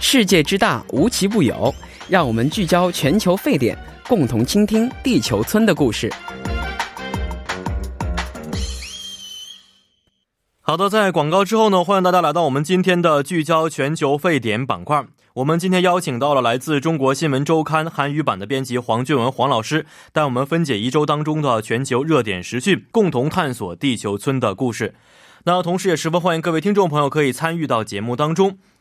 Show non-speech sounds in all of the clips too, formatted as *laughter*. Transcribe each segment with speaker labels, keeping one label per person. Speaker 1: 世界之大，无奇不有。让我们聚焦全球沸点，共同倾听地球村的故事。
Speaker 2: 好的，在广告之后呢，欢迎大家来到我们今天的聚焦全球沸点板块。我们今天邀请到了来自中国新闻周刊韩语版的编辑黄俊文黄老师，带我们分解一周当中的全球热点时讯，共同探索地球村的故事。那同时也十分欢迎各位听众朋友可以参与到节目当中。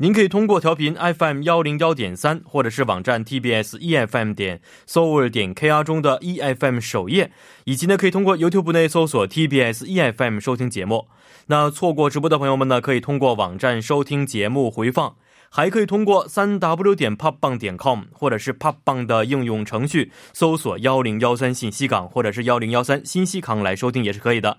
Speaker 2: 您可以通过调频 FM 幺零幺点三，或者是网站 TBS EFM E 点 s o u r 点 KR 中的 EFM 首页，以及呢可以通过 YouTube 内搜索 TBS EFM E 收听节目。那错过直播的朋友们呢，可以通过网站收听节目回放，还可以通过三 W 点 p o p b a n g 点 com 或者是 p o p b a n g 的应用程序搜索幺零幺三信息港或者是幺零幺三新息港来收听也是可以的。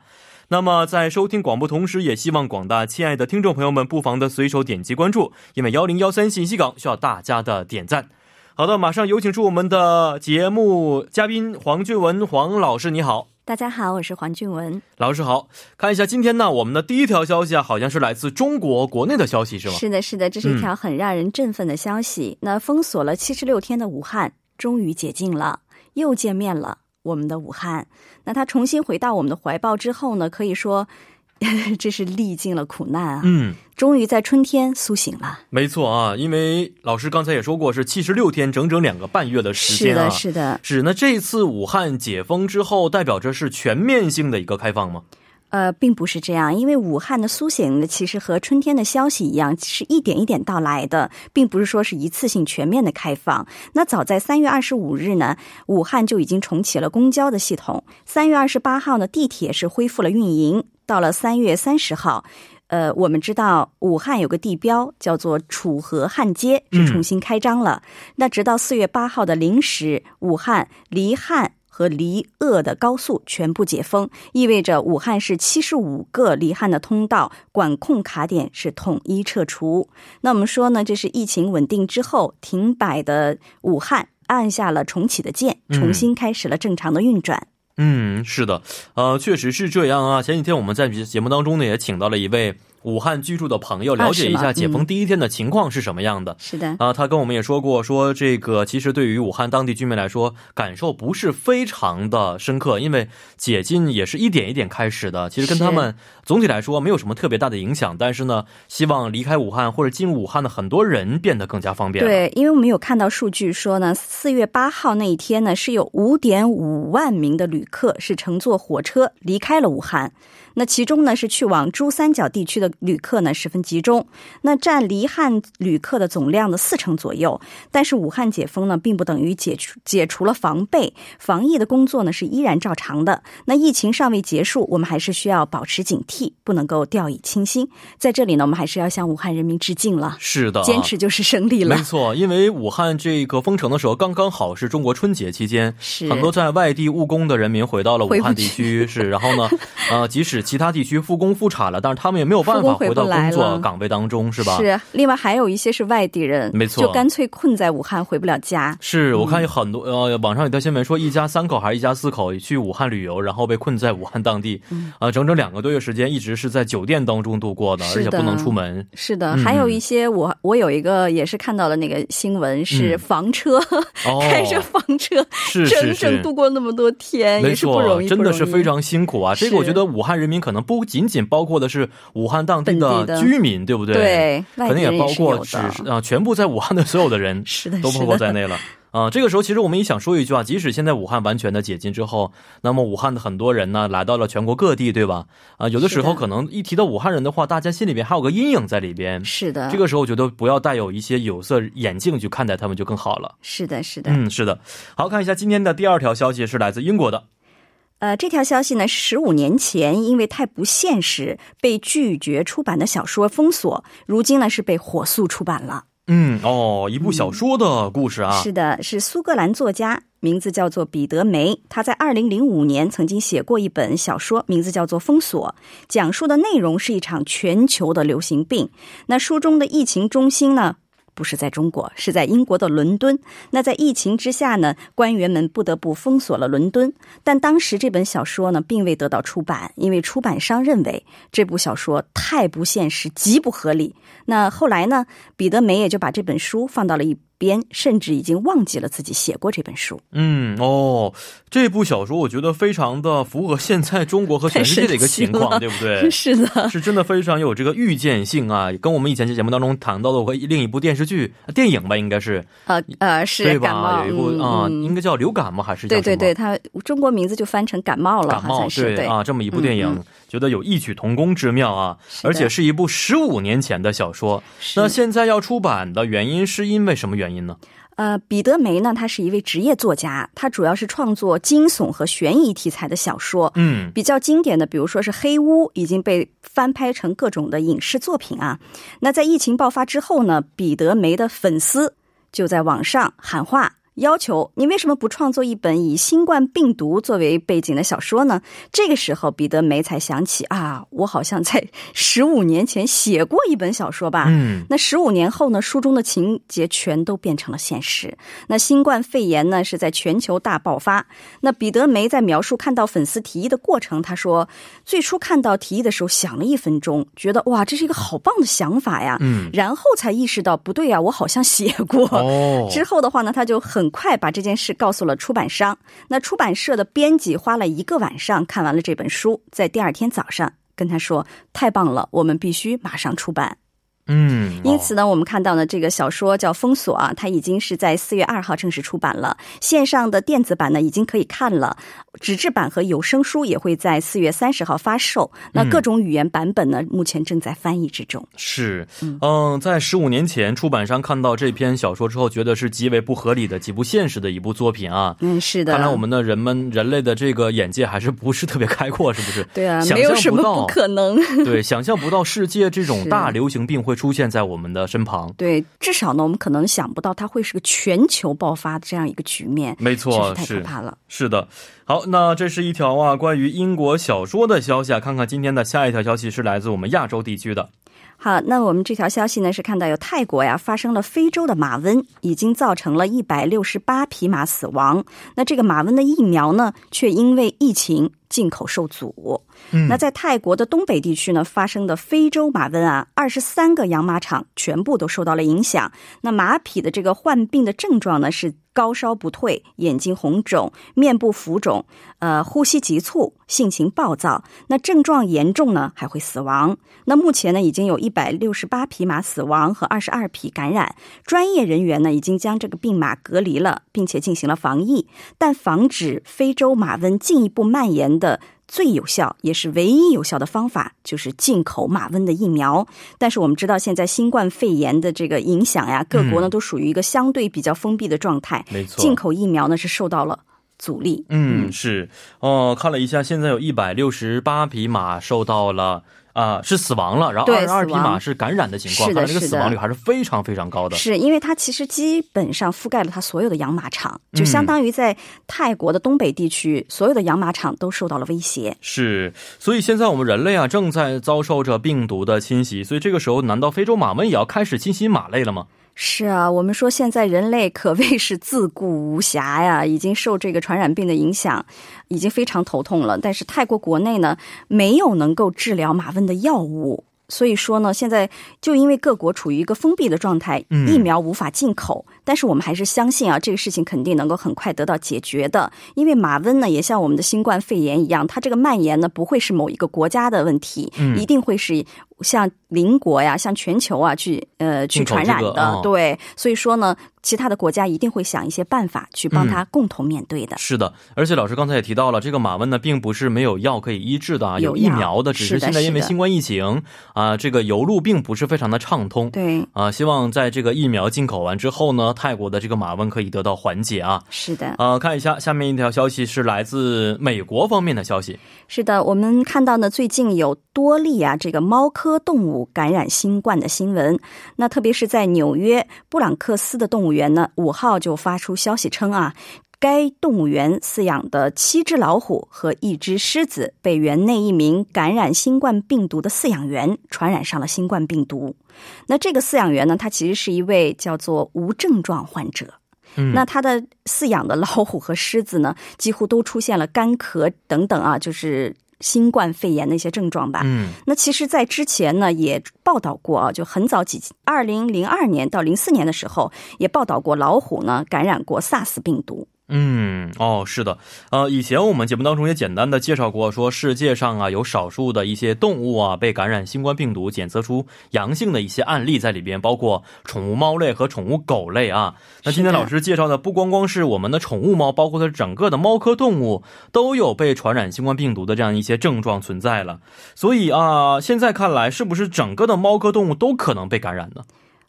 Speaker 2: 那么，在收听广播同时，也希望广大亲爱的听众朋友们不妨的随手点击关注，因为幺零幺三信息港需要大家的点赞。好的，马上有请出我们的节目嘉宾黄俊文黄老师，你好，
Speaker 3: 大家好，我是黄俊文。
Speaker 2: 老师好。看一下今天呢，我们的第一条消息啊，好像是来自中国国内的消息是吗？嗯
Speaker 3: 是的，是的，这是一条很让人振奋的消息。那封锁了七十六天的武汉终于解禁了，又见面了，我们的武汉。那它重新回到我们的怀抱之后呢，可以说 *laughs* 这是历尽了苦难啊，
Speaker 2: 嗯，
Speaker 3: 终于在春天苏醒了。
Speaker 2: 没错啊，因为老师刚才也说过，是七十六天，整整两个半月的时
Speaker 3: 是
Speaker 2: 间啊。
Speaker 3: 的，是的，
Speaker 2: 是那这次武汉解封之后，代表着是全面性的一个开放吗？
Speaker 3: 呃，并不是这样，因为武汉的苏醒呢，其实和春天的消息一样，是一点一点到来的，并不是说是一次性全面的开放。那早在三月二十五日呢，武汉就已经重启了公交的系统；三月二十八号呢，地铁是恢复了运营；到了三月三十号。呃，我们知道武汉有个地标叫做楚河汉街是重新开张了。那直到四月八号的零时，武汉离汉和离鄂的高速全部解封，意味着武汉市七十五个离汉的通道管控卡点是统一撤除。那我们说呢，这是疫情稳定之后停摆的武汉按下了重启的键，重新开始了正常的运转。
Speaker 2: 嗯，是的，呃，确实是这样啊。前几天我们在节目当中呢，也请到了一位武汉居住的朋友，了解一
Speaker 3: 是吗
Speaker 2: 下
Speaker 3: 嗯
Speaker 2: 解封第一天的情况是什么样的。
Speaker 3: 是的，
Speaker 2: 啊，他跟我们也说过，说这个其实对于武汉当地居民来说，感受不是非常的深刻，因为解禁也是一点一点开始的，其实跟
Speaker 3: 是
Speaker 2: 他们总体来说没有什么特别大的影响。但是呢，希望离开武汉或者进入武汉的很多人变得更加方便。，
Speaker 3: 对，因为我们有看到数据说呢，四月八号那一天呢，是有五点五万名的旅客是乘坐火车离开了武汉。那其中呢，是去往珠三角地区的旅客呢十分集中，那占离汉旅客的总量的四成左右。但是武汉解封呢，并不等于解除解除了防备，防疫的工作呢是依然照常的。那疫情尚未结束，我们还是需要保持警惕，不能够掉以轻心。在这里呢，我们还是要向武汉人民致敬了，
Speaker 2: 是的、啊，
Speaker 3: 坚持就是胜利了
Speaker 2: 没。错，因为武汉这个封城的时候，刚刚好是中国春节期间，
Speaker 3: 是
Speaker 2: 很多在外地务工的人民回到了武
Speaker 3: 回
Speaker 2: 汉
Speaker 3: 不
Speaker 2: 地
Speaker 3: 去
Speaker 2: 区，是。然后
Speaker 3: *laughs*
Speaker 2: 呢，呃，即使其他地区复工复产了，但是他们也没有办
Speaker 3: 复
Speaker 2: 法
Speaker 3: 工回
Speaker 2: 回到
Speaker 3: 不来
Speaker 2: 工作
Speaker 3: 了
Speaker 2: 岗位当中，是吧？
Speaker 3: 是，啊另外还有一些是外地人，
Speaker 2: 没错
Speaker 3: 就干脆困在武汉回不了家。
Speaker 2: 是我
Speaker 3: 嗯
Speaker 2: 看有很多呃，网上有条新闻说，一家三口还是一家四口去武汉旅游，然后被困在武汉当地，
Speaker 3: 嗯
Speaker 2: 啊、整整两个多月时间一直是在酒店当中度过的，
Speaker 3: 是
Speaker 2: 而且不能
Speaker 3: 的
Speaker 2: 出门。
Speaker 3: 是的，
Speaker 2: 嗯
Speaker 3: 还有一些我我有一个也是看到了那个新闻，是房车、
Speaker 2: 嗯哦，
Speaker 3: *laughs* *laughs* 开着房车，
Speaker 2: 是是
Speaker 3: 整
Speaker 2: 是
Speaker 3: 整度过那么多天，
Speaker 2: 没
Speaker 3: 也是不容
Speaker 2: 错，
Speaker 3: 易，
Speaker 2: 真的是
Speaker 3: 不容
Speaker 2: 非
Speaker 3: 易。
Speaker 2: 常辛苦啊！这个
Speaker 3: 是
Speaker 2: 我觉得武汉人民可能不仅仅包括的是武汉当地
Speaker 3: 本地
Speaker 2: 的
Speaker 3: 的
Speaker 2: 居民，对不对？
Speaker 3: 对
Speaker 2: 可能
Speaker 3: 外地人
Speaker 2: 包
Speaker 3: 也是
Speaker 2: 括
Speaker 3: 有
Speaker 2: 只
Speaker 3: 的
Speaker 2: 是啊、全部在武汉的所有的人
Speaker 3: *laughs* 是的
Speaker 2: 都包
Speaker 3: 是
Speaker 2: 括
Speaker 3: 的
Speaker 2: 在内了。啊、这个时候其实我们也想说一句啊，即使现在武汉完全的解禁之后，那么武汉的很多人呢来到了全国各地，对吧？啊、有的时候
Speaker 3: 是的
Speaker 2: 可能一提到武汉人的话，大家心里边还有个阴影在里边。
Speaker 3: 是的，
Speaker 2: 这个时候，我觉得不要带有一些有色眼镜去看待他们就更好了。
Speaker 3: 是的，是的。
Speaker 2: 嗯，是的。好看一下今天的第二条消息，是来自英国的。
Speaker 3: 呃，这条消息呢，十五年前因为太不现实被拒绝出版的小说封锁，如今呢是被火速出版了。嗯
Speaker 2: 嗯，哦，一部小说的故事啊，
Speaker 3: 是的，是苏格兰作家名字叫做彼得梅，他在二零零五年曾经写过一本小说，名字叫做《封锁》，讲述的内容是一场全球的流行病。那书中的疫情中心呢？不是在中国，是在英国的伦敦。那在疫情之下呢，官员们不得不封锁了伦敦。但当时这本小说呢，并未得到出版，因为出版商认为这部小说太不现实，极不合理。那后来呢，彼得梅也就把这本书放到了一边，甚至已经忘记了自己写过这本书。
Speaker 2: 嗯哦，这部小说我觉得非常的符合现在中国和全世界的一个情况，
Speaker 3: 太
Speaker 2: 对
Speaker 3: 神
Speaker 2: 不
Speaker 3: 奇了？
Speaker 2: 对
Speaker 3: *laughs* 是啊的，
Speaker 2: 是真的非常有这个预见性啊，跟我们以前节目当中谈到的和另一部电视剧、呃电影吧，应该是
Speaker 3: 呃 *laughs* 呃，
Speaker 2: 啊对
Speaker 3: 是感
Speaker 2: 吧？
Speaker 3: 冒，
Speaker 2: 有一部啊、
Speaker 3: 嗯
Speaker 2: 应该叫《流感》吗？还是叫
Speaker 3: 对对
Speaker 2: 什么
Speaker 3: 对，它中国名字就翻成感冒了，
Speaker 2: 感
Speaker 3: 好
Speaker 2: 冒
Speaker 3: 像是对
Speaker 2: 啊，这么一部电影，
Speaker 3: 嗯
Speaker 2: 觉得有异曲同工之妙啊，
Speaker 3: 是的
Speaker 2: 而且是一部十五年前的小说。
Speaker 3: 是
Speaker 2: 那现在要出版的原因是因为什么原因呢？
Speaker 3: 呃，彼得梅呢，他是一位职业作家，他主要是创作惊悚和悬疑题材的小说。
Speaker 2: 嗯，
Speaker 3: 比较经典的，比如说是《黑屋》，已经被翻拍成各种的影视作品啊。那在疫情爆发之后呢，彼得梅的粉丝就在网上喊话，要求你为什么不创作一本以新冠病毒作为背景的小说呢？这个时候，彼得梅才想起啊，我好像在十五年前写过一本小说吧。
Speaker 2: 嗯，
Speaker 3: 那十五年后呢，书中的情节全都变成了现实。那新冠肺炎呢，是在全球大爆发。那彼得梅在描述看到粉丝提议的过程，他说：“最初看到提议的时候，想了一分钟，觉得哇，这是一个好棒的想法呀。”
Speaker 2: 嗯，
Speaker 3: 然后才意识到不对呀、啊我好像写过。
Speaker 2: 哦，
Speaker 3: 之后的话呢，他就很快把这件事告诉了出版商。那出版社的编辑花了一个晚上看完了这本书，在第二天早上跟他说：“太棒了，我们必须马上出版。”
Speaker 2: 嗯，
Speaker 3: 因此呢，我们看到呢，这个小说叫《封锁》啊，它已经是在四月二号正式出版了，线上的电子版呢已经可以看了，纸质版和有声书也会在四月三十号发售。那
Speaker 2: 嗯
Speaker 3: 各种语言版本呢，目前正在翻译之中。
Speaker 2: 是，
Speaker 3: 嗯
Speaker 2: 嗯，在十五年前，出版商看到这篇小说之后，觉得是极为不合理的、极不现实的一部作品啊。
Speaker 3: 嗯，是的。
Speaker 2: 看来我们的人们人类的这个眼界还是不是特别开阔，是不是？
Speaker 3: 对啊，
Speaker 2: 想
Speaker 3: 没有什
Speaker 2: 象
Speaker 3: 么
Speaker 2: 不到
Speaker 3: 不，可能。 *laughs*
Speaker 2: 对，想象不到世界这种
Speaker 3: 是
Speaker 2: 大流行病会出现在我们的身旁。
Speaker 3: 对，至少呢，我们可能想不到它会是个全球爆发的这样一个局面，
Speaker 2: 没
Speaker 3: 真
Speaker 2: 错
Speaker 3: 是，太可怕了。
Speaker 2: 是的，好，那这是一条啊关于英国小说的消息啊。看看今天的下一条消息是来自我们亚洲地区的。
Speaker 3: 好，那我们这条消息呢是看到有泰国呀发生了非洲的马瘟，已经造成了一百六十八匹马死亡。那这个马瘟的疫苗呢，却因为疫情进口受阻。
Speaker 2: 嗯
Speaker 3: 那在泰国的东北地区呢，发生的非洲马瘟啊，二十三个养马场全部都受到了影响。那马匹的这个患病的症状呢是。高烧不退、眼睛红肿、面部浮肿、呃，呼吸急促、性情暴躁。那症状严重呢，还会死亡。那目前呢，已经有一百六十八匹马死亡和二十二匹感染。专业人员呢，已经将这个病马隔离了，并且进行了防疫。但防止非洲马瘟进一步蔓延的。最有效也是唯一有效的方法就是进口马瘟的疫苗，但是我们知道现在新冠肺炎的这个影响呀，各国呢都属于一个相对比较封闭的状态，
Speaker 2: 嗯没错
Speaker 3: 进口疫苗呢是受到了阻力。
Speaker 2: 嗯，是哦，看了一下，现在有一百六十八匹马受到了啊、是死亡了，然后二
Speaker 3: 对
Speaker 2: 十二匹
Speaker 3: 死亡
Speaker 2: 马是感染的情况，
Speaker 3: 是
Speaker 2: 看
Speaker 3: 的
Speaker 2: 来这个
Speaker 3: 是
Speaker 2: 死
Speaker 3: 的
Speaker 2: 亡率还是非常非常高的。
Speaker 3: 是因为它其实基本上覆盖了它所有的养马场，就相当于在泰国的东北地区，所有的养马场都受到了威胁。
Speaker 2: 是，所以现在我们人类啊正在遭受着病毒的侵袭，所以这个时候难道非洲马瘟也要开始侵袭马类了吗？
Speaker 3: 是啊，我们说现在人类可谓是自顾无暇呀，已经受这个传染病的影响，已经非常头痛了。但是泰国国内呢，没有能够治疗马瘟的药物。所以说呢，现在就因为各国处于一个封闭的状态，疫苗无法进口，但是我们还是相信啊，这个事情肯定能够很快得到解决的。因为马瘟呢，也像我们的新冠肺炎一样，它这个蔓延呢，不会是某一个国家的问题，
Speaker 2: 嗯
Speaker 3: 一定会是像邻国呀、像全球啊去呃去
Speaker 2: 进口
Speaker 3: 传
Speaker 2: 这
Speaker 3: 染
Speaker 2: 个
Speaker 3: 的。
Speaker 2: 哦
Speaker 3: 对。对，所以说呢，其他的国家一定会想一些办法去帮他共同面对的。
Speaker 2: 嗯是的，而且老师刚才也提到了，这个马瘟呢，并不是没有药可以医治的啊，
Speaker 3: 有
Speaker 2: 疫
Speaker 3: 药
Speaker 2: 苗的，只
Speaker 3: 是
Speaker 2: 是
Speaker 3: 的
Speaker 2: 现在因为
Speaker 3: 是的
Speaker 2: 新冠疫情啊，这个邮路并不是非常的畅通。
Speaker 3: 对，
Speaker 2: 啊，希望在这个疫苗进口完之后呢，泰国的这个马瘟可以得到缓解啊。
Speaker 3: 是的，
Speaker 2: 呃，看一下下面一条消息是来自美国方面的消息。
Speaker 3: 是的。我们看到呢，最近有多例啊这个猫科动物感染新冠的新闻。那特别是在纽约布朗克斯的动物园呢，五号就发出消息称啊。该动物园饲养的七只老虎和一只狮子被园内一名感染新冠病毒的饲养员传染上了新冠病毒。那这个饲养员呢，他其实是一位叫做无症状患者。
Speaker 2: 嗯
Speaker 3: 那他的饲养的老虎和狮子呢，几乎都出现了干咳等等啊，就是新冠肺炎的一些症状吧。
Speaker 2: 嗯
Speaker 3: 那其实，在之前呢也报道过啊，就很早几二零零二年到零四年的时候，也报道过老虎呢感染过 SARS 病毒。
Speaker 2: 嗯，哦，是的，呃，以前我们节目当中也简单的介绍过，说世界上啊有少数的一些动物啊被感染新冠病毒，检测出阳性的一些案例在里边，包括宠物猫类和宠物狗类啊。那今天
Speaker 3: 是的
Speaker 2: 老师介绍的不光光是我们的宠物猫，包括它整个的猫科动物都有被传染新冠病毒的这样一些症状存在了。所以啊，现在看来，是不是整个的猫科动物都可能被感染呢？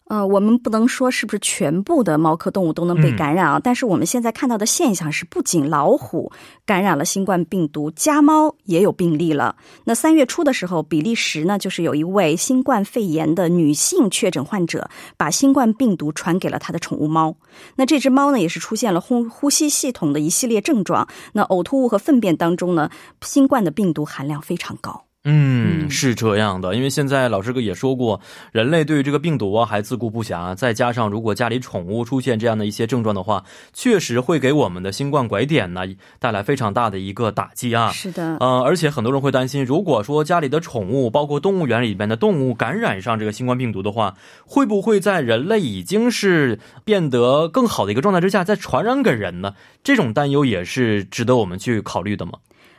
Speaker 3: 呃，我们不能说是不是全部的猫科动物都能被感染啊，但是我们现在看到的现象是，不仅老虎感染了新冠病毒，家猫也有病例了。那三月初的时候，比利时呢，就是有一位新冠肺炎的女性确诊患者，把新冠病毒传给了她的宠物猫。那这只猫呢，也是出现了呼呼吸系统的一系列症状。那呕吐物和粪便当中呢，新冠的病毒含量非常高。
Speaker 2: 嗯，是这样的，因为现在老师哥也说过，人类对于这个病毒啊还自顾不暇，再加上如果家里宠物出现这样的一些症状的话，确实会给我们的新冠拐点呢带来非常大的一个打击啊。
Speaker 3: 是的，
Speaker 2: 呃，而且很多人会担心，如果说家里的宠物，包括动物园里边的动物感染上这个新冠病毒的话，会不会在人类已经是变得更好的一个状态之下，再传染给人呢？这种担忧也是值得我们去考虑的嘛。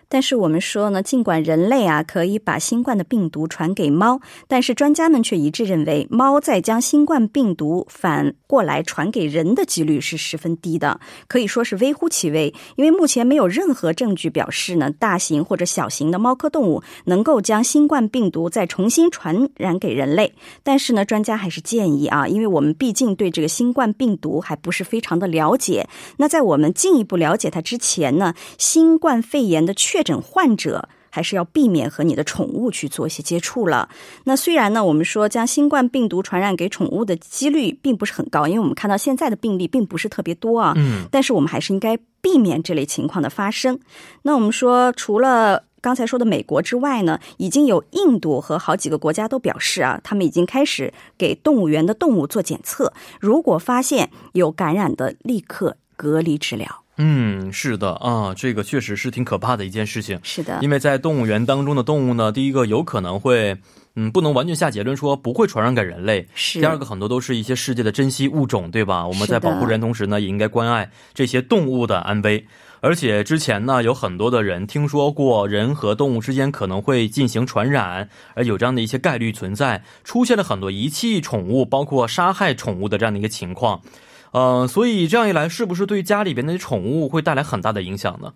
Speaker 3: 但是我们说呢，尽管人类啊可以把新冠的病毒传给猫，但是专家们却一致认为，猫在将新冠病毒反过来传给人的几率是十分低的，可以说是微乎其微。因为目前没有任何证据表示呢，大型或者小型的猫科动物能够将新冠病毒再重新传染给人类。但是呢，专家还是建议啊，因为我们毕竟对这个新冠病毒还不是非常的了解，那在我们进一步了解它之前呢，新冠肺炎的确诊患者。还是要避免和你的宠物去做一些接触了。那虽然呢，我们说将新冠病毒传染给宠物的几率并不是很高，因为我们看到现在的病例并不是特别多啊。
Speaker 2: 嗯，
Speaker 3: 但是我们还是应该避免这类情况的发生。那我们说，除了刚才说的美国之外呢，已经有印度和好几个国家都表示啊，他们已经开始给动物园的动物做检测，如果发现有感染的，立刻隔离治疗。
Speaker 2: 嗯，是的啊，这个确实是挺可怕的一件事情。
Speaker 3: 是的，
Speaker 2: 因为在动物园当中的动物呢，第一个有可能会，嗯，不能完全下结论说不会传染给人类。
Speaker 3: 是
Speaker 2: 第二个，很多都是一些世界的珍稀物种，对吧？我们
Speaker 3: 是
Speaker 2: 在
Speaker 3: 的
Speaker 2: 保护人同时呢，也应该关爱这些动物的安危。而且之前呢，有很多的人听说过人和动物之间可能会进行传染，而有这样的一些概率存在，出现了很多遗弃宠物，包括杀害宠物的这样的一个情况。嗯、所以这样一来，是不是对家里边的宠物会带来很大的影响呢？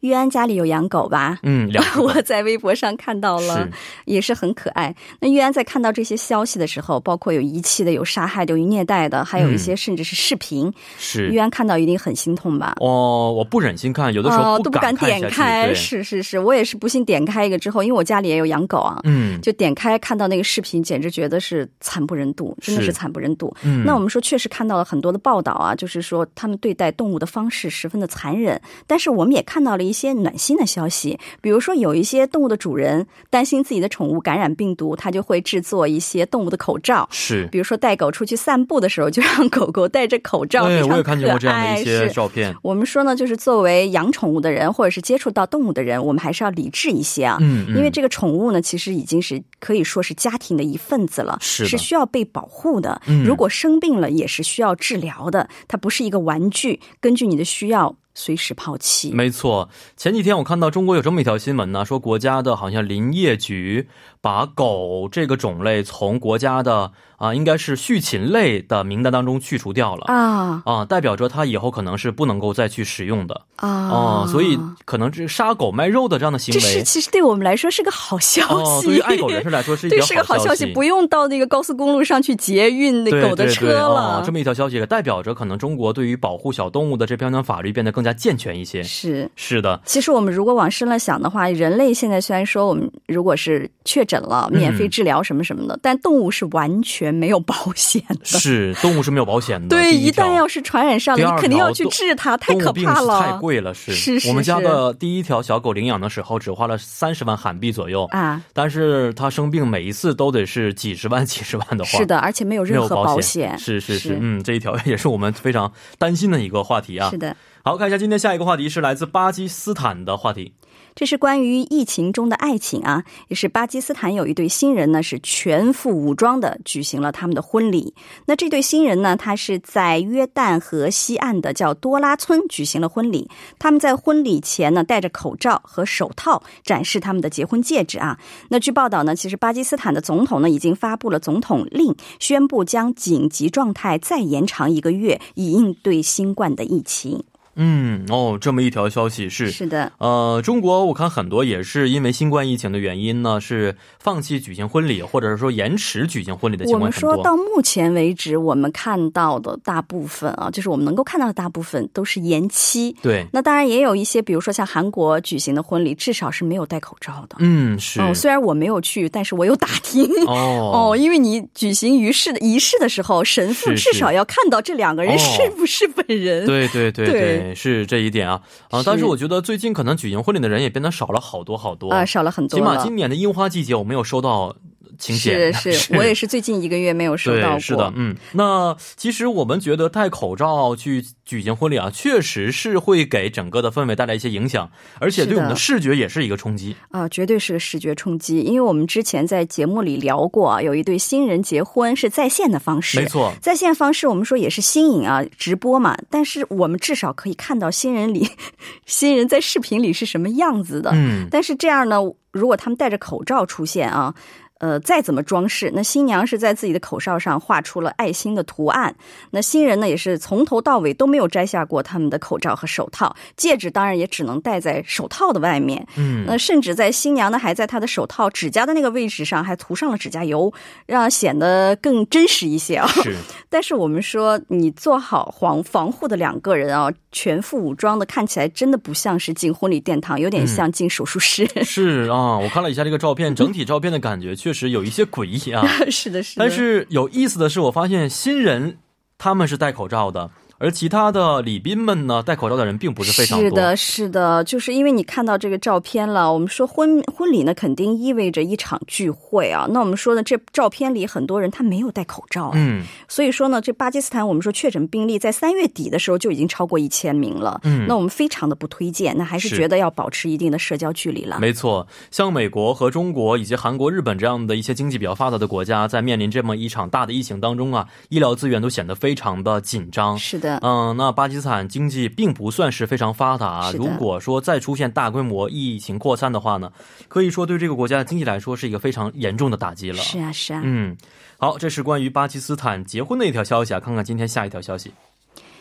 Speaker 3: 玉安家里有养
Speaker 2: *laughs*
Speaker 3: 狗吧？
Speaker 2: 嗯，两个
Speaker 3: *laughs* 我在微博上看到了
Speaker 2: 是，
Speaker 3: 也是很可爱。那玉安在看到这些消息的时候，包括有遗弃的、有杀害的、有虐待的，还有一些甚至是视频，
Speaker 2: 嗯是
Speaker 3: 玉安看到一定很心痛吧？
Speaker 2: 哦，我不忍心看，有的时候
Speaker 3: 哦、都不
Speaker 2: 敢
Speaker 3: 敢
Speaker 2: 看下
Speaker 3: 点
Speaker 2: 去
Speaker 3: 开，
Speaker 2: 对
Speaker 3: 是是是，我也是不幸点开一个之后，因为我家里也有养狗啊，
Speaker 2: 嗯
Speaker 3: 就点开看到那个视频，简直觉得是惨不忍睹，真的
Speaker 2: 是
Speaker 3: 是惨不忍睹。
Speaker 2: 嗯，
Speaker 3: 那我们说，确实看到了很多的报道啊，就是说他们对待动物的方式十分的残忍，但是我们也看到了一些暖心的消息，比如说有一些动物的主人担心自己的宠物感染病毒，他就会制作一些动物的口罩。
Speaker 2: 是，
Speaker 3: 比如说带狗出去散步的时候，就让狗狗戴着口罩，非
Speaker 2: 对，
Speaker 3: 常
Speaker 2: 我也看见过
Speaker 3: 可
Speaker 2: 这样的
Speaker 3: 爱
Speaker 2: 一些
Speaker 3: 是
Speaker 2: 照片，
Speaker 3: 我们说呢，就是作为养宠物的人，或者是接触到动物的人，我们还是要理智一些啊。
Speaker 2: 嗯，嗯
Speaker 3: 因为这个宠物呢，其实已经是可以说是家庭的一份子了，
Speaker 2: 是的
Speaker 3: 需要被保护的。
Speaker 2: 嗯
Speaker 3: 如果生病了，也是需要治疗的，它不是一个玩具，根据你的需要随时抛弃。
Speaker 2: 没错，前几天我看到中国有这么一条新闻呢，说国家的好像林业局把狗这个种类从国家的啊、应该是畜禽类的名单当中去除掉了。
Speaker 3: 啊
Speaker 2: 啊，代表着它以后可能是不能够再去使用的
Speaker 3: 啊！
Speaker 2: 哦、所以可能这杀狗卖肉的这样的行
Speaker 3: 这是
Speaker 2: 为，
Speaker 3: 其实对我们来说是个好消
Speaker 2: 哦，
Speaker 3: 息，
Speaker 2: 对于爱狗
Speaker 3: *laughs*
Speaker 2: 人士来说是一
Speaker 3: 对
Speaker 2: 条
Speaker 3: 是个好消息，不用到那个高速公路上去捷运那
Speaker 2: 对
Speaker 3: 狗的车
Speaker 2: 对对哦
Speaker 3: 了。
Speaker 2: 这么一条消息，也代表着可能中国对于保护小动物的这相关法律变得更加健全一些。
Speaker 3: 是。
Speaker 2: 是的，
Speaker 3: 其实我们如果往深了想的话，人类
Speaker 2: 嗯
Speaker 3: 现在虽然说我们如果是确诊了，免费治疗什么什么的，但动物是完全人没有保险的。
Speaker 2: 是动物是没有保险的。
Speaker 3: 对，
Speaker 2: 第
Speaker 3: 一
Speaker 2: 条
Speaker 3: 旦要是传染上
Speaker 2: 第
Speaker 3: 了，
Speaker 2: 二
Speaker 3: 你肯定
Speaker 2: 条
Speaker 3: 要去
Speaker 2: 动
Speaker 3: 治它，太
Speaker 2: 动
Speaker 3: 可
Speaker 2: 物病
Speaker 3: 怕
Speaker 2: 是
Speaker 3: 了。
Speaker 2: 太贵了，是
Speaker 3: 是是
Speaker 2: 我们家的第一条小狗领养的时候只花了三十万韩币左右，
Speaker 3: 啊，
Speaker 2: 但是它生病每一次都得是几十万、几十万的花。
Speaker 3: 是的，而且没有
Speaker 2: 没
Speaker 3: 任
Speaker 2: 有
Speaker 3: 何
Speaker 2: 保
Speaker 3: 险。
Speaker 2: 是是是
Speaker 3: 是，
Speaker 2: 嗯，这一条也是我们非常担心的一个话题啊
Speaker 3: 是。的，
Speaker 2: 好，看一下今天下一个话题是来自巴基斯坦的话题，
Speaker 3: 这是关于疫情中的爱情啊，也是巴基斯坦有一对新人呢，是全副武装的举行了他们的婚礼。那这对新人呢，他是在约旦河西岸的叫多拉村举行了婚礼。他们在婚礼前呢，戴着口罩和手套展示他们的结婚戒指啊。那据报道呢，其实巴基斯坦的总统呢已经发布了总统令，宣布将紧急状态再延长一个月，以应对新冠的疫情。
Speaker 2: 嗯，哦，这么一条消息是。
Speaker 3: 是的，
Speaker 2: 呃，中国我看很多也是因为新冠疫情的原因呢，是放弃举行婚礼，或者是说延迟举行婚礼的情
Speaker 3: 我
Speaker 2: 况
Speaker 3: 们
Speaker 2: 很多。
Speaker 3: 说到目前为止，我们看到的大部分啊，就是我们能够看到的大部分都是延期。
Speaker 2: 对，
Speaker 3: 那当然也有一些，比如说像韩国举行的婚礼，至少是没有戴口罩的。
Speaker 2: 嗯，是
Speaker 3: 哦，虽然我没有去，但是我有打听。
Speaker 2: 哦
Speaker 3: *laughs* 哦，因为你举行仪式的仪式的时候，神父
Speaker 2: 是
Speaker 3: 至
Speaker 2: 是
Speaker 3: 少要看到这两个人
Speaker 2: 哦
Speaker 3: 是不是本人。
Speaker 2: 对对对
Speaker 3: 对
Speaker 2: 对，是这一点啊啊！
Speaker 3: 是
Speaker 2: 但是我觉得最近可能举行婚礼的人也变得少了好多好多
Speaker 3: 啊、少了很多
Speaker 2: 起码
Speaker 3: 了。
Speaker 2: 今年的樱花季节我没有收到请
Speaker 3: 是
Speaker 2: 柬， *laughs*
Speaker 3: 是我也是最近一个月没有收到过。
Speaker 2: 对，是的，嗯。那其实我们觉得戴口罩去举行婚礼啊，确实是会给整个的氛围带来一些影响，而且对我们的视觉也是一个冲击。
Speaker 3: 啊、绝对是个视觉冲击，因为我们之前在节目里聊过啊，有一对新人结婚是在线的方式，
Speaker 2: 没，错，
Speaker 3: 在线方式我们说也是新颖啊，直播嘛，但是我们至少可以看到新人里 *laughs* 新人在视频里是什么样子的。
Speaker 2: 嗯，
Speaker 3: 但是这样呢，如果他们戴着口罩出现啊，呃，再怎么装饰，那新娘是在自己的口罩上画出了爱心的图案，那新人呢也是从头到尾都没有摘下过他们的口罩和手套，戒指当然也只能戴在手套的外面。
Speaker 2: 嗯
Speaker 3: 那呃甚至在新娘呢还在她的手套、指甲的那个位置上还涂上了指甲油，让显得更真实一些啊。 *laughs*
Speaker 2: 是
Speaker 3: 但是我们说，你做好防防护的两个人啊，全副武装的，看起来真的不像是进婚礼殿堂，有
Speaker 2: 嗯
Speaker 3: 点像进手术室。 *laughs*
Speaker 2: 是啊，我看了一下这个照片，整体照片的感觉确实有一些诡异啊。
Speaker 3: *laughs* 是的，是的。
Speaker 2: 但是有意思的是，我发现新人他们是戴口罩的，而其他的礼宾们呢，戴口罩的人并不是非常多。
Speaker 3: 是的，是的，就是因为你看到这个照片了。我们说婚婚礼呢，肯定意味着一场聚会啊。那我们说呢，这照片里很多人他没有戴口罩啊、
Speaker 2: 嗯，
Speaker 3: 所以说呢，这巴基斯坦我们说确诊病例在三月底的时候就已经超过一千名了。嗯，那我们非常的不推荐，那还是
Speaker 2: 是
Speaker 3: 觉得要保持一定的社交距离了。
Speaker 2: 没错，像美国和中国以及韩国、日本这样的一些经济比较发达的国家，在面临这么一场大的疫情当中啊，医疗资源都显得非常的紧张。
Speaker 3: 是的，
Speaker 2: 嗯，那巴基斯坦经济并不算是非常发达、啊，
Speaker 3: 是的
Speaker 2: 如果说再出现大规模疫情扩散的话呢，可以说对这个国家的经济来说是一个非常严重的打击了。
Speaker 3: 是啊，是啊。
Speaker 2: 嗯，好，这是关于巴基斯坦结婚的一条消息啊，看看今天下一条消息。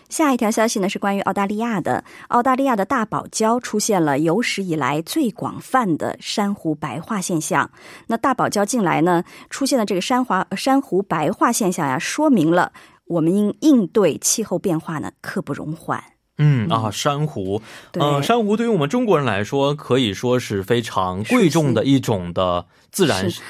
Speaker 3: 下一条消息呢是关于澳大利亚的，澳大利亚的大堡礁出现了有史以来最广泛的珊瑚白化现象。那大堡礁近来呢出现的这个珊华珊瑚白化现象呀，说明了我们应应对气候变化呢刻不容缓。
Speaker 2: 嗯啊，珊瑚，
Speaker 3: 对
Speaker 2: 呃，珊瑚对于我们中国人来说，可以说是非常贵重的一种的自然
Speaker 3: 是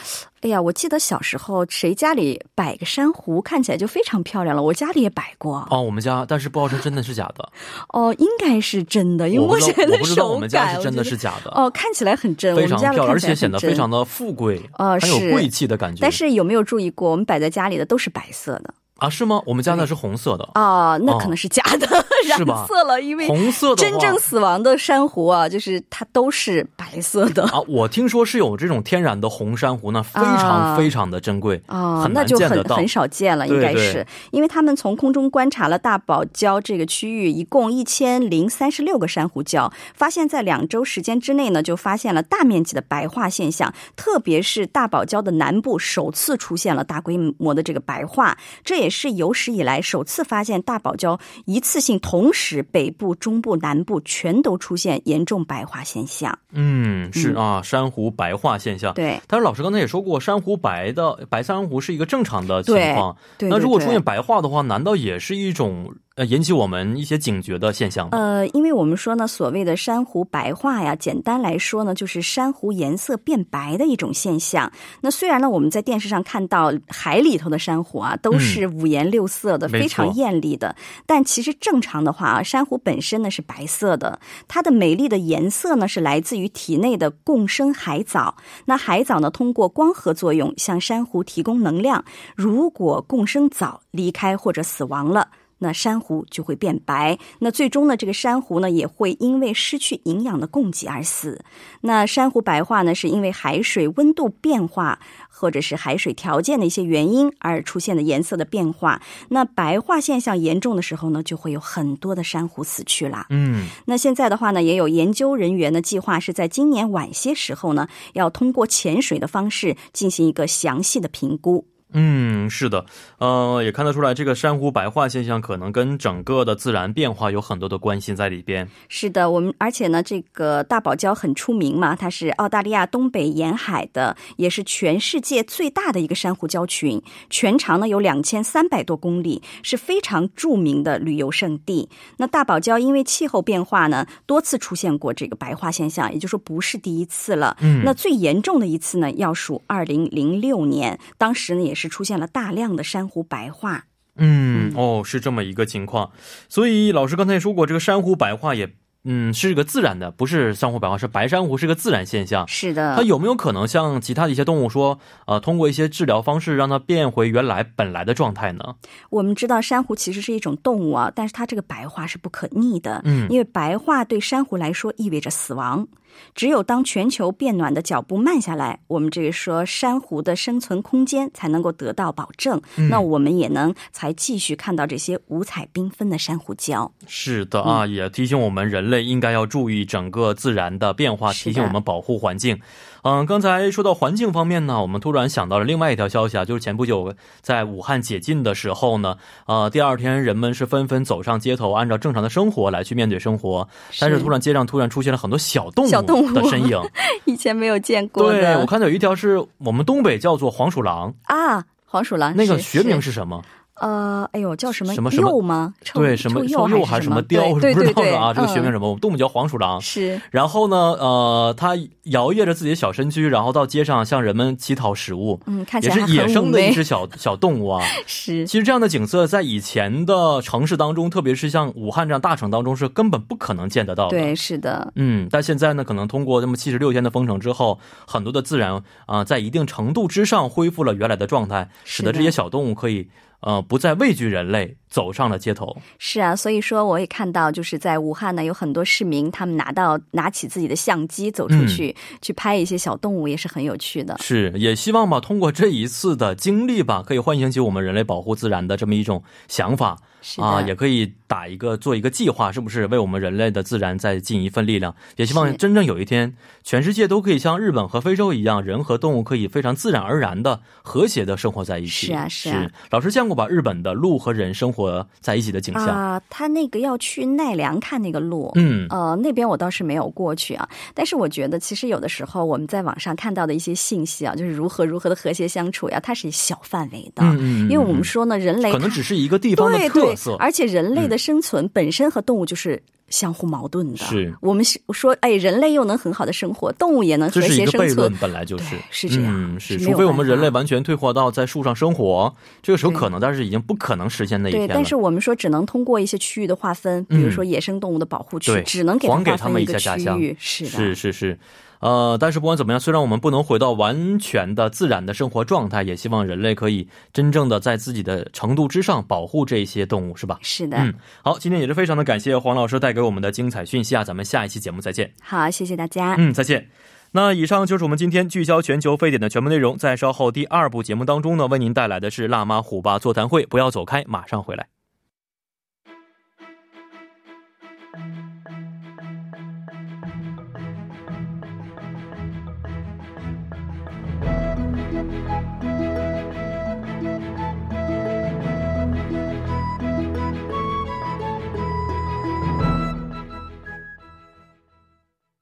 Speaker 3: 哎呀，我记得小时候谁家里摆个珊瑚，看起来就非常漂亮了。我家里也摆过，
Speaker 2: 哦，我们家，但是不知道是真的是假的，
Speaker 3: 哦，应该是真的，因为
Speaker 2: 我不知
Speaker 3: 现在
Speaker 2: 道，我
Speaker 3: 的
Speaker 2: 不知道
Speaker 3: 手
Speaker 2: 我们家
Speaker 3: 感，
Speaker 2: 是
Speaker 3: 我
Speaker 2: 真的
Speaker 3: 觉
Speaker 2: 是
Speaker 3: 得
Speaker 2: 假的，
Speaker 3: 哦，看起来很真，
Speaker 2: 非
Speaker 3: 我
Speaker 2: 常
Speaker 3: 们家
Speaker 2: 漂
Speaker 3: 的
Speaker 2: 亮，
Speaker 3: 看
Speaker 2: 而
Speaker 3: 起来
Speaker 2: 且显
Speaker 3: 很
Speaker 2: 得非
Speaker 3: 真
Speaker 2: 常的富贵，
Speaker 3: 呃
Speaker 2: 很有
Speaker 3: 是
Speaker 2: 贵气的感觉。
Speaker 3: 但是有没有注意过，我们摆在家里的都是白色的
Speaker 2: 啊，是吗？我们家的是红色的，
Speaker 3: 啊、那
Speaker 2: 哦
Speaker 3: 可能是假的，染
Speaker 2: 是吧
Speaker 3: 色了，因为
Speaker 2: 红色的话
Speaker 3: 真正死亡的珊瑚啊，就是它都是白色的
Speaker 2: 啊，我听说是有这种天然的红珊瑚，那非常
Speaker 3: 啊
Speaker 2: 非常的珍贵，
Speaker 3: 啊、
Speaker 2: 很
Speaker 3: 那
Speaker 2: 难
Speaker 3: 就
Speaker 2: 见得
Speaker 3: 很
Speaker 2: 到
Speaker 3: 很。少见了，应
Speaker 2: 对
Speaker 3: 该
Speaker 2: 对
Speaker 3: 是因为他们从空中观察了大堡礁这个区域一共一千零三十六个珊瑚礁，发现在两周时间之内呢，就发现了大面积的白化现象，特别是大堡礁的南部首次出现了大规模的这个白化，这也是有史以来首次发现大堡礁一次性同时北部、中部、南部全都出现严重白化现象。
Speaker 2: 嗯，是啊，珊瑚白化现象。
Speaker 3: 对，
Speaker 2: 但是老师刚才也说过，珊瑚白的白珊瑚是一个正常的情
Speaker 3: 对
Speaker 2: 况。
Speaker 3: 对
Speaker 2: 那如果出
Speaker 3: 对对
Speaker 2: 现白化的话，难道也是一种呃引起我们一些警觉的现象吗？
Speaker 3: 呃，因为我们说呢，所谓的珊瑚白化呀，简单来说呢，就是珊瑚颜色变白的一种现象。那虽然呢，我们在电视上看到海里头的珊瑚啊，都是五颜六色的，
Speaker 2: 没错
Speaker 3: 非常艳丽的，但其实正常的话啊，珊瑚本身呢是白色的，它的美丽的颜色呢是来自于体内的共生海藻。那海藻呢，通过光合作用向珊瑚提供能量。如果共生藻离开或者死亡了。那珊瑚就会变白，那最终呢，这个珊瑚呢也会因为失去营养的供给而死。那珊瑚白化呢，是因为海水温度变化或者是海水条件的一些原因而出现的颜色的变化。那白化现象严重的时候呢，就会有很多的珊瑚死去啦。
Speaker 2: 嗯，
Speaker 3: 那现在的话呢，也有研究人员呢计划是在今年晚些时候呢，要通过潜水的方式进行一个详细的评估。
Speaker 2: 嗯，是的，呃，也看得出来，这个珊瑚白化现象可能跟整个的自然变化有很多的关系在里边。
Speaker 3: 是的，我们而且呢，这个大堡礁很出名嘛，它是澳大利亚东北沿海的，也是全世界最大的一个珊瑚礁群，全长呢有两千三百多公里，是非常著名的旅游胜地。那大堡礁因为气候变化呢，多次出现过这个白化现象，也就是说不是第一次了。嗯，那最严重的一次呢，要数二零零六年，当时呢也是出现了大量的珊瑚白化。
Speaker 2: 嗯，哦，是这么一个情况。所以老师刚才也说过，这个珊瑚白化也，嗯，是个自然的，不是珊瑚白化，是白珊瑚是个自然现象。
Speaker 3: 是的，
Speaker 2: 它有没有可能像其他的一些动物说，呃，通过一些治疗方式让它变回原来本来的状态呢？
Speaker 3: 我们知道珊瑚其实是一种动物啊，但是它这个白化是不可逆的，嗯，因为白化对珊瑚来说意味着死亡。只有当全球变暖的脚步慢下来，我们这个说珊瑚的生存空间才能够得到保证，
Speaker 2: 嗯
Speaker 3: 那我们也能才继续看到这些五彩缤纷的珊瑚礁。
Speaker 2: 是的
Speaker 3: 嗯
Speaker 2: 啊，也提醒我们人类应该要注意整个自然的变化，
Speaker 3: 是的
Speaker 2: 提醒我们保护环境。嗯，刚才说到环境方面呢，我们突然想到了另外一条消息啊，就是前不久在武汉解禁的时候呢，呃，第二天人们是纷纷走上街头，按照正常的生活来去面对生活，但是突然街上突然出现了很多小动
Speaker 3: 小动
Speaker 2: 物
Speaker 3: 物
Speaker 2: 的身影。
Speaker 3: *laughs* 以前没有见过
Speaker 2: 对，我
Speaker 3: 的
Speaker 2: 看到有一条是我们东北叫做黄鼠狼，
Speaker 3: 啊，黄鼠狼
Speaker 2: 那个
Speaker 3: 是
Speaker 2: 学名
Speaker 3: 是
Speaker 2: 是什么？
Speaker 3: 呃，哎呦，叫什么
Speaker 2: 什么什么
Speaker 3: 鼬吗？臭
Speaker 2: 对，什么
Speaker 3: 臭
Speaker 2: 鼬
Speaker 3: 还
Speaker 2: 还
Speaker 3: 是
Speaker 2: 什么雕，
Speaker 3: 对
Speaker 2: 不知
Speaker 3: 对对
Speaker 2: 道
Speaker 3: 对
Speaker 2: 的啊。这个学名
Speaker 3: 嗯
Speaker 2: 什么？我们动物叫黄鼠狼。
Speaker 3: 是
Speaker 2: 然后呢，呃，它摇曳着自己的小身躯，然后到街上向人们乞讨食物，
Speaker 3: 嗯，看起
Speaker 2: 也
Speaker 3: 来
Speaker 2: 是
Speaker 3: 还很
Speaker 2: 野生的
Speaker 3: 妩
Speaker 2: 一
Speaker 3: 媚
Speaker 2: 只小小动物
Speaker 3: *laughs*
Speaker 2: 啊。
Speaker 3: 是
Speaker 2: 其实这样的景色在以前的城市当中，特别是像武汉这样大城当中，是根本不可能见得到的。
Speaker 3: 对，是的，
Speaker 2: 嗯，但现在呢，可能通过这么七十六天的封城之后，很多的自然啊、在一定程度之上恢复了原来的状态，使得
Speaker 3: 是的
Speaker 2: 这些小动物可以呃不再畏惧人类，走上了街头。
Speaker 3: 是啊，所以说我也看到，就是在武汉呢，有很多市民他们拿到拿起自己的相机走
Speaker 2: 嗯
Speaker 3: 出去、去拍一些小动物，也是很有趣的。
Speaker 2: 是，也希望吧，通过这一次的经历吧，可以唤醒起我们人类保护自然的这么一种想法
Speaker 3: 是的，
Speaker 2: 啊，也可以打一个做一个计划，是不是为我们人类的自然再尽一份力量？也希望
Speaker 3: 是
Speaker 2: 真正有一天，全世界都可以像日本和非洲一样，人和动物可以非常自然而然的、和谐的生活在一起。
Speaker 3: 是啊是啊
Speaker 2: 老师见过吧？日本的鹿和人生活在一起的景象，
Speaker 3: 啊，他那个要去奈良看那个鹿，
Speaker 2: 嗯
Speaker 3: 呃，那边我倒是没有过去啊，但是我觉得其实有的时候我们在网上看到的一些信息啊，就是如何如何的和谐相处呀、它是小范围的，
Speaker 2: 嗯嗯嗯
Speaker 3: 因为我们说呢，人类
Speaker 2: 可能
Speaker 3: 它
Speaker 2: 只是一个地方的特色嗯
Speaker 3: 对对，而且人类的生存本身和动物就是相互矛盾的。
Speaker 2: 是
Speaker 3: 我们是说，哎，人类又能很好的生活，动物也能
Speaker 2: 这
Speaker 3: 和
Speaker 2: 是一
Speaker 3: 谐
Speaker 2: 个
Speaker 3: 生
Speaker 2: 悖论
Speaker 3: 存，。
Speaker 2: 本来就是
Speaker 3: 对是这样
Speaker 2: 嗯，是，
Speaker 3: 是没有
Speaker 2: 除非我们
Speaker 3: 办法
Speaker 2: 人类完全退化到在树上生活，这个时候
Speaker 3: 对
Speaker 2: 可能，但是已经不可能实现那一天
Speaker 3: 对，
Speaker 2: 了。
Speaker 3: 但是我们说只能通过一些区域的划分，比如
Speaker 2: 嗯
Speaker 3: 说野生动物的保护区，
Speaker 2: 对
Speaker 3: 只能给
Speaker 2: 还给
Speaker 3: 它
Speaker 2: 他
Speaker 3: 划
Speaker 2: 们
Speaker 3: 分
Speaker 2: 一
Speaker 3: 个
Speaker 2: 些
Speaker 3: 区
Speaker 2: 家乡嗯
Speaker 3: 域。是的，
Speaker 2: 是是是，呃，但是不管怎么样，虽然我们不能回到完全的自然的生活状态，也希望人类可以真正的在自己的程度之上保护这些动物，是吧？
Speaker 3: 是的。
Speaker 2: 嗯，好，今天也是非常的感谢黄老师带给我们的精彩讯息啊，咱们下一期节目再见。
Speaker 3: 好，谢谢大家。
Speaker 2: 嗯，再见。那以上就是我们今天聚焦全球沸点的全部内容，在稍后第二部节目当中呢，为您带来的是辣妈虎爸座谈会，不要走开，马上回来。